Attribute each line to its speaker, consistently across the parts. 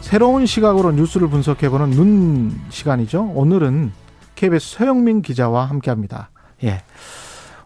Speaker 1: 새로운 시각으로 뉴스를 분석해보는 눈 시간이죠. 오늘은 KBS 서영민 기자와 함께 합니다. 예.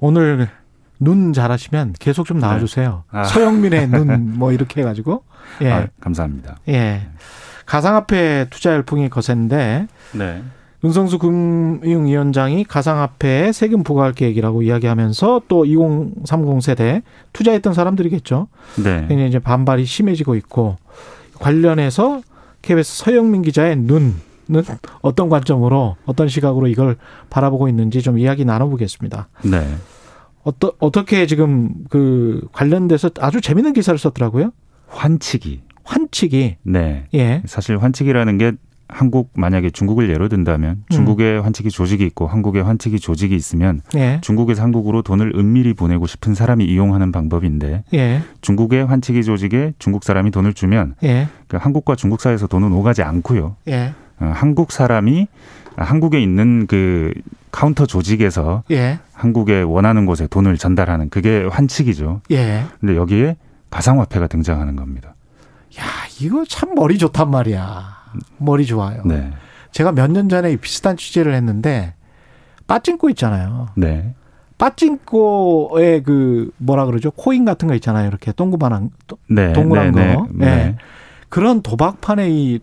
Speaker 1: 오늘 눈 잘하시면 계속 좀 나와주세요.
Speaker 2: 네. 아.
Speaker 1: 서영민의 눈 뭐 이렇게 해가지고. 예.
Speaker 2: 아, 감사합니다.
Speaker 1: 예. 가상화폐 투자 열풍이 거센데
Speaker 2: 네.
Speaker 1: 윤성수 금융위원장이 가상화폐에 세금 부과할 계획이라고 이야기하면서 또 2030 세대 투자했던 사람들이겠죠.
Speaker 2: 네.
Speaker 1: 굉장히 그러니까 이제 반발이 심해지고 있고 관련해서 KBS 서영민 기자의 눈은 어떤 관점으로 어떤 시각으로 이걸 바라보고 있는지 좀 이야기 나눠보겠습니다.
Speaker 2: 네.
Speaker 1: 어떠, 어떻게 지금 그 관련돼서 아주 재밌는 기사를 썼더라고요.
Speaker 2: 환치기.
Speaker 1: 환치기
Speaker 2: 네.
Speaker 1: 예.
Speaker 2: 사실 환치기라는 게 한국 만약에 중국을 예로 든다면 중국의 환치기 조직이 있고 한국의 환치기 조직이 있으면
Speaker 1: 예.
Speaker 2: 중국에서 한국으로 돈을 은밀히 보내고 싶은 사람이 이용하는 방법인데
Speaker 1: 예.
Speaker 2: 중국의 환치기 조직에 중국 사람이 돈을 주면
Speaker 1: 예.
Speaker 2: 그 한국과 중국 사이에서 돈은 오가지 않고요.
Speaker 1: 예.
Speaker 2: 어, 한국 사람이 한국에 있는 그 카운터 조직에서
Speaker 1: 예.
Speaker 2: 한국에 원하는 곳에 돈을 전달하는 그게 환치기죠.
Speaker 1: 예.
Speaker 2: 근데 여기에 가상화폐가 등장하는 겁니다.
Speaker 1: 야, 이거 참 머리 좋단 말이야. 머리 좋아요.
Speaker 2: 네.
Speaker 1: 제가 몇 년 전에 비슷한 취재를 했는데 빠찡코 있잖아요.
Speaker 2: 네.
Speaker 1: 빠찡코의 그 뭐라 그러죠? 코인 같은 거 있잖아요. 이렇게 동그만한 또-
Speaker 2: 네.
Speaker 1: 동그란
Speaker 2: 네,
Speaker 1: 거. 예.
Speaker 2: 네. 네.
Speaker 1: 그런 도박판에 이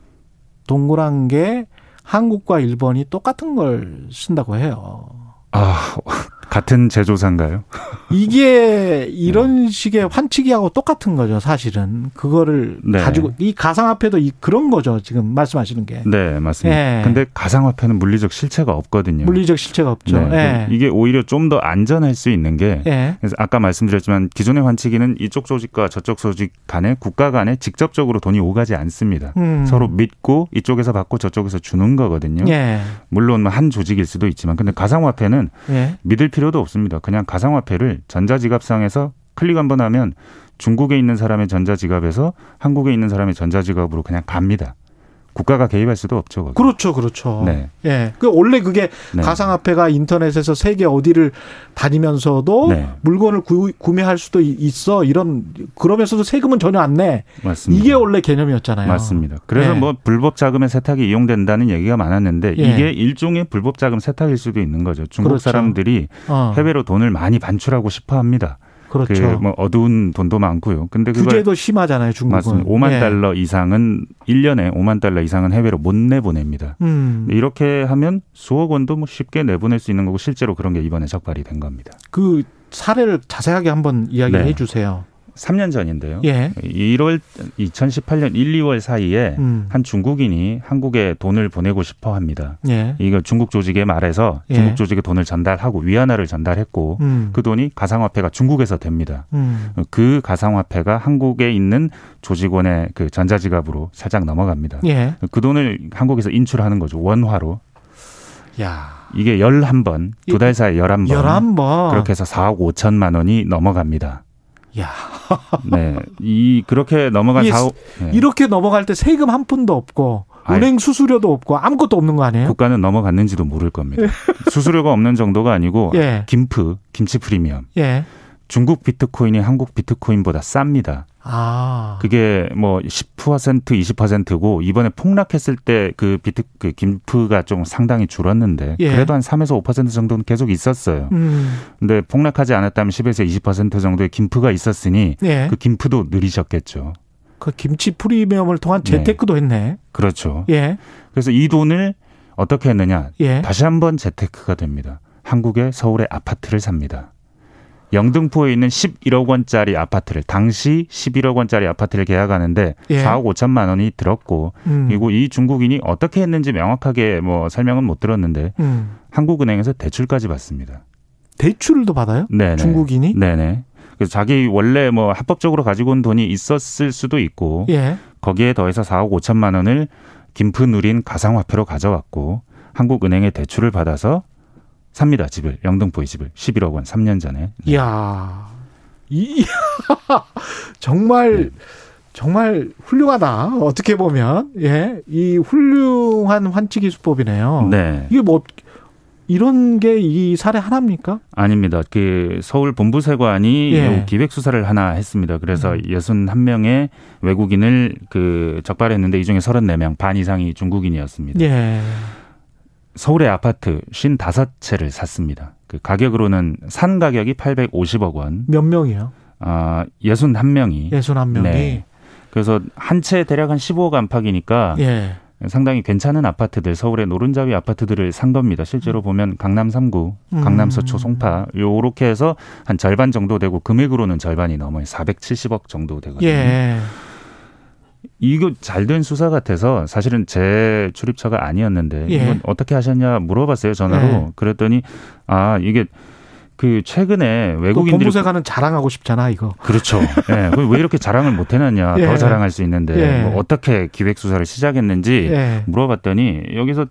Speaker 1: 동그란 게 한국과 일본이 똑같은 걸 쓴다고 해요.
Speaker 2: 아, 같은 제조사인가요?
Speaker 1: 이게
Speaker 2: 네.
Speaker 1: 이런 식의 환치기하고 똑같은 거죠, 사실은. 그거를
Speaker 2: 네.
Speaker 1: 가지고 이 가상화폐도 이 그런 거죠, 지금 말씀하시는 게.
Speaker 2: 네, 맞습니다.
Speaker 1: 예.
Speaker 2: 근데 가상화폐는 물리적 실체가 없거든요.
Speaker 1: 물리적 실체가 없죠.
Speaker 2: 네.
Speaker 1: 예.
Speaker 2: 이게 오히려 좀 더 안전할 수 있는 게
Speaker 1: 예.
Speaker 2: 그래서 아까 말씀드렸지만 기존의 환치기는 이쪽 조직과 저쪽 조직 간에 국가 간에 직접적으로 돈이 오가지 않습니다.
Speaker 1: 음.
Speaker 2: 서로 믿고 이쪽에서 받고 저쪽에서 주는 거거든요.
Speaker 1: 예.
Speaker 2: 물론 뭐한 조직일 수도 있지만 근데 가상화폐는
Speaker 1: 예.
Speaker 2: 믿을 필요도 없습니다. 그냥 가상화폐를 전자지갑상에서 클릭 한 번 하면 중국에 있는 사람의 전자지갑에서 한국에 있는 사람의 전자지갑으로 그냥 갑니다. 국가가 개입할 수도 없죠. 거기.
Speaker 1: 그렇죠, 그렇죠.
Speaker 2: 네.
Speaker 1: 예. 그 원래 그게
Speaker 2: 네.
Speaker 1: 가상화폐가 인터넷에서 세계 어디를 다니면서도
Speaker 2: 네.
Speaker 1: 물건을 구, 매할 수도 이- 있어 이런 그러면서도 세금은 전혀 안 내.
Speaker 2: 맞습니다.
Speaker 1: 이게 원래 개념이었잖아요.
Speaker 2: 맞습니다. 그래서
Speaker 1: 예.
Speaker 2: 뭐 불법 자금의 세탁이 이용된다는 얘기가 많았는데
Speaker 1: 예.
Speaker 2: 이게 일종의 불법 자금 세탁일 수도 있는 거죠. 중국
Speaker 1: 그렇죠.
Speaker 2: 사람들이
Speaker 1: 어,
Speaker 2: 해외로 돈을 많이 반출하고 싶어 합니다.
Speaker 1: 그렇죠.
Speaker 2: 그 뭐 어두운 돈도 많고요. 근데 그걸
Speaker 1: 규제도 심하잖아요, 중국은.
Speaker 2: 맞습니다. 5만
Speaker 1: 예.
Speaker 2: 달러 이상은 1년에 5만 달러 이상은 해외로 못 내보냅니다.
Speaker 1: 음,
Speaker 2: 이렇게 하면 수억 원도 뭐 쉽게 내보낼 수 있는 거고 실제로 그런 게 이번에 적발이 된 겁니다.
Speaker 1: 그 사례를 자세하게 한번 이야기를
Speaker 2: 네.
Speaker 1: 해주세요.
Speaker 2: 3년 전인데요.
Speaker 1: 예.
Speaker 2: 1월 2018년 1, 2월 사이에
Speaker 1: 음,
Speaker 2: 한 중국인이 한국에 돈을 보내고 싶어 합니다.
Speaker 1: 예.
Speaker 2: 이거 중국 조직에 말해서
Speaker 1: 예.
Speaker 2: 중국 조직에 돈을 전달하고 위안화를 전달했고
Speaker 1: 음,
Speaker 2: 그 돈이 가상화폐가 중국에서 됩니다.
Speaker 1: 음,
Speaker 2: 그 가상화폐가 한국에 있는 조직원의 그 전자지갑으로 살짝 넘어갑니다.
Speaker 1: 예.
Speaker 2: 그 돈을 한국에서 인출하는 거죠. 원화로.
Speaker 1: 야,
Speaker 2: 이게 11번, 두 달 사이 11번.
Speaker 1: 예. 11번.
Speaker 2: 뭐. 그렇게 해서 4억 5천만 원이 넘어갑니다.
Speaker 1: 야,
Speaker 2: 네. 이 그렇게 넘어간
Speaker 1: 이게
Speaker 2: 4억 네.
Speaker 1: 이렇게 넘어갈 때 세금 한 푼도 없고
Speaker 2: 아이.
Speaker 1: 은행 수수료도 없고 아무것도 없는 거 아니에요?
Speaker 2: 국가는 넘어갔는지도 모를 겁니다. 수수료가 없는 정도가 아니고
Speaker 1: 예.
Speaker 2: 김프, 김치 프리미엄.
Speaker 1: 예.
Speaker 2: 중국 비트코인이 한국 비트코인보다 쌉니다.
Speaker 1: 아.
Speaker 2: 그게 뭐 10% 20%고 이번에 폭락했을 때 그 비트 그 김프가 좀 상당히 줄었는데
Speaker 1: 예.
Speaker 2: 그래도 한 3에서 5% 정도는 계속 있었어요.
Speaker 1: 음.
Speaker 2: 근데 폭락하지 않았다면 10에서 20% 정도의 김프가 있었으니
Speaker 1: 예.
Speaker 2: 그
Speaker 1: 그,
Speaker 2: 김프도 느리셨겠죠.
Speaker 1: 김치 프리미엄을 통한
Speaker 2: 네.
Speaker 1: 재테크도 했네.
Speaker 2: 그렇죠.
Speaker 1: 예.
Speaker 2: 그래서 이 돈을 어떻게 했느냐?
Speaker 1: 예.
Speaker 2: 다시 한번 재테크가 됩니다. 한국의 서울의 아파트를 삽니다. 영등포에 있는 11억 원짜리 아파트를 당시 11억 원짜리 아파트를 계약하는데
Speaker 1: 예.
Speaker 2: 4억 5천만 원이 들었고
Speaker 1: 음.
Speaker 2: 그리고 이 중국인이 어떻게 했는지 명확하게 뭐 설명은 못 들었는데
Speaker 1: 음.
Speaker 2: 한국은행에서 대출까지 받습니다.
Speaker 1: 대출도 받아요?
Speaker 2: 네네.
Speaker 1: 중국인이?
Speaker 2: 네네. 그래서 자기 원래 뭐 합법적으로 가지고 온 돈이 있었을 수도 있고
Speaker 1: 예.
Speaker 2: 거기에 더해서 4억 5천만 원을 김프 누린 가상화폐로 가져왔고 한국은행에 대출을 받아서 삽니다 집을 영등포의 집을 11억 원 3년 전에
Speaker 1: 예. 이야, 이 정말
Speaker 2: 네.
Speaker 1: 정말 훌륭하다. 어떻게 보면 예, 이 훌륭한 환치 기수법이네요.
Speaker 2: 네
Speaker 1: 이게 뭐 이런 게 이 사례 하나입니까?
Speaker 2: 아닙니다 그 서울 본부세관이
Speaker 1: 예.
Speaker 2: 기획 수사를 하나 했습니다 그래서
Speaker 1: 음.
Speaker 2: 61명의 외국인을 그 적발했는데 이 중에 34명 반 이상이 중국인이었습니다
Speaker 1: 예,
Speaker 2: 서울의 아파트 55채를 샀습니다 그 가격으로는 산 가격이 850억 원
Speaker 1: 몇 명이요?
Speaker 2: 아, 61명이
Speaker 1: 예순 한 명이.
Speaker 2: 네. 그래서 한 채 대략 한 15억 안팎이니까
Speaker 1: 예,
Speaker 2: 상당히 괜찮은 아파트들 서울의 노른자위 아파트들을 산 겁니다. 실제로 보면 강남 3구,
Speaker 1: 음.
Speaker 2: 강남 서초 송파 요렇게 해서 한 절반 정도 되고 금액으로는 절반이 넘어요. 470억 정도 되거든요.
Speaker 1: 예,
Speaker 2: 이거 잘 된 수사 같아서 사실은 제 출입처가 아니었는데
Speaker 1: 예.
Speaker 2: 이건 어떻게 하셨냐 물어봤어요 전화로.
Speaker 1: 예.
Speaker 2: 그랬더니 아 이게 그 최근에
Speaker 1: 또
Speaker 2: 외국인들이
Speaker 1: 본부세가는 자랑하고 싶잖아 이거.
Speaker 2: 그렇죠. 예. 그걸 왜 이렇게 자랑을 못 해놨냐.
Speaker 1: 예.
Speaker 2: 더 자랑할 수
Speaker 1: 예.
Speaker 2: 있는데 뭐 어떻게 기획 수사를 시작했는지
Speaker 1: 예,
Speaker 2: 물어봤더니 여기서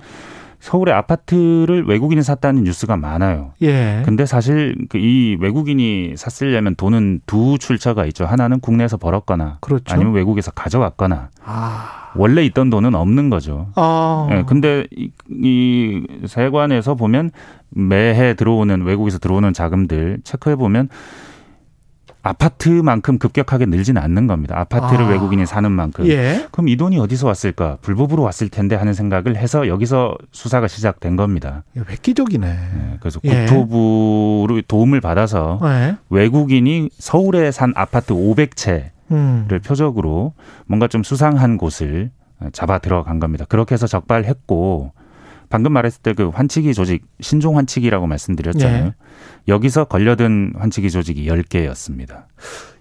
Speaker 2: 서울의 아파트를 외국인이 샀다는 뉴스가 많아요.
Speaker 1: 예,
Speaker 2: 근데 사실 그이 외국인이 샀으려면 돈은 두 출처가 있죠. 하나는 국내에서 벌었거나
Speaker 1: 그렇죠.
Speaker 2: 아니면 외국에서 가져왔거나
Speaker 1: 아,
Speaker 2: 원래 있던 돈은 없는 거죠.
Speaker 1: 아,
Speaker 2: 예, 근데 이, 이 세관에서 보면 매해 들어오는 외국에서 들어오는 자금들 체크해 보면 아파트만큼 급격하게 늘진 않는 겁니다. 아파트를
Speaker 1: 아.
Speaker 2: 외국인이 사는 만큼.
Speaker 1: 예,
Speaker 2: 그럼 이 돈이 어디서 왔을까? 불법으로 왔을 텐데 하는 생각을 해서 여기서 수사가 시작된 겁니다.
Speaker 1: 이거 획기적이네.
Speaker 2: 예, 그래서
Speaker 1: 예.
Speaker 2: 국토부로 도움을 받아서
Speaker 1: 예,
Speaker 2: 외국인이 서울에 산 아파트 500채를
Speaker 1: 음,
Speaker 2: 표적으로 뭔가 좀 수상한 곳을 잡아 들어간 겁니다. 그렇게 해서 적발했고 방금 말했을 때 그 환치기 조직 신종 환치기라고 말씀드렸잖아요.
Speaker 1: 예.
Speaker 2: 여기서 걸려든 환치기 조직이 10개였습니다.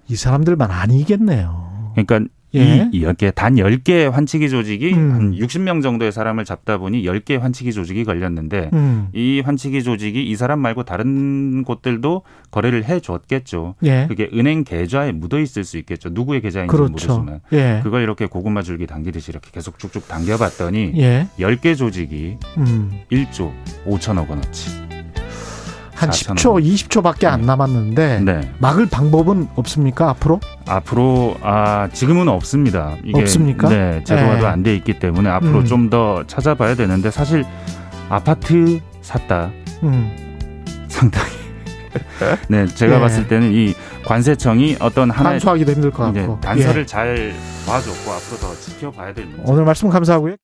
Speaker 1: 이 사람들만 아니겠네요.
Speaker 2: 그러니까
Speaker 1: 예.
Speaker 2: 이 10개, 단 10개의 환치기 조직이
Speaker 1: 음.
Speaker 2: 한 60명 정도의 사람을 잡다 보니 10개의 환치기 조직이 걸렸는데
Speaker 1: 음,
Speaker 2: 이 환치기 조직이 이 사람 말고 다른 곳들도 거래를 해 줬겠죠.
Speaker 1: 예,
Speaker 2: 그게 은행 계좌에 묻어 있을 수 있겠죠. 누구의 계좌인지
Speaker 1: 그렇죠.
Speaker 2: 모르지만.
Speaker 1: 예,
Speaker 2: 그걸 이렇게 고구마 줄기 당기듯이 이렇게 계속 쭉쭉 당겨 봤더니
Speaker 1: 예,
Speaker 2: 열 10개 조직이
Speaker 1: 음,
Speaker 2: 1조 5천억 원어치.
Speaker 1: 한
Speaker 2: 4,000원.
Speaker 1: 10초, 20초밖에 안
Speaker 2: 네.
Speaker 1: 남았는데
Speaker 2: 네.
Speaker 1: 막을 방법은 없습니까 앞으로?
Speaker 2: 앞으로 아 지금은 없습니다. 이게
Speaker 1: 없습니까?
Speaker 2: 네, 제도화도
Speaker 1: 예.
Speaker 2: 안 돼 있기 때문에 앞으로
Speaker 1: 음.
Speaker 2: 좀 더 찾아봐야 되는데 사실 아파트 샀다
Speaker 1: 음,
Speaker 2: 상당히 네 제가
Speaker 1: 예.
Speaker 2: 봤을 때는 이 관세청이 어떤 하나의
Speaker 1: 단수하기도 힘들 것
Speaker 2: 이제
Speaker 1: 같고.
Speaker 2: 단서를 잘 봐줬고 앞으로 더 지켜봐야 될 문제.
Speaker 1: 예. 오늘 말씀 감사하고요.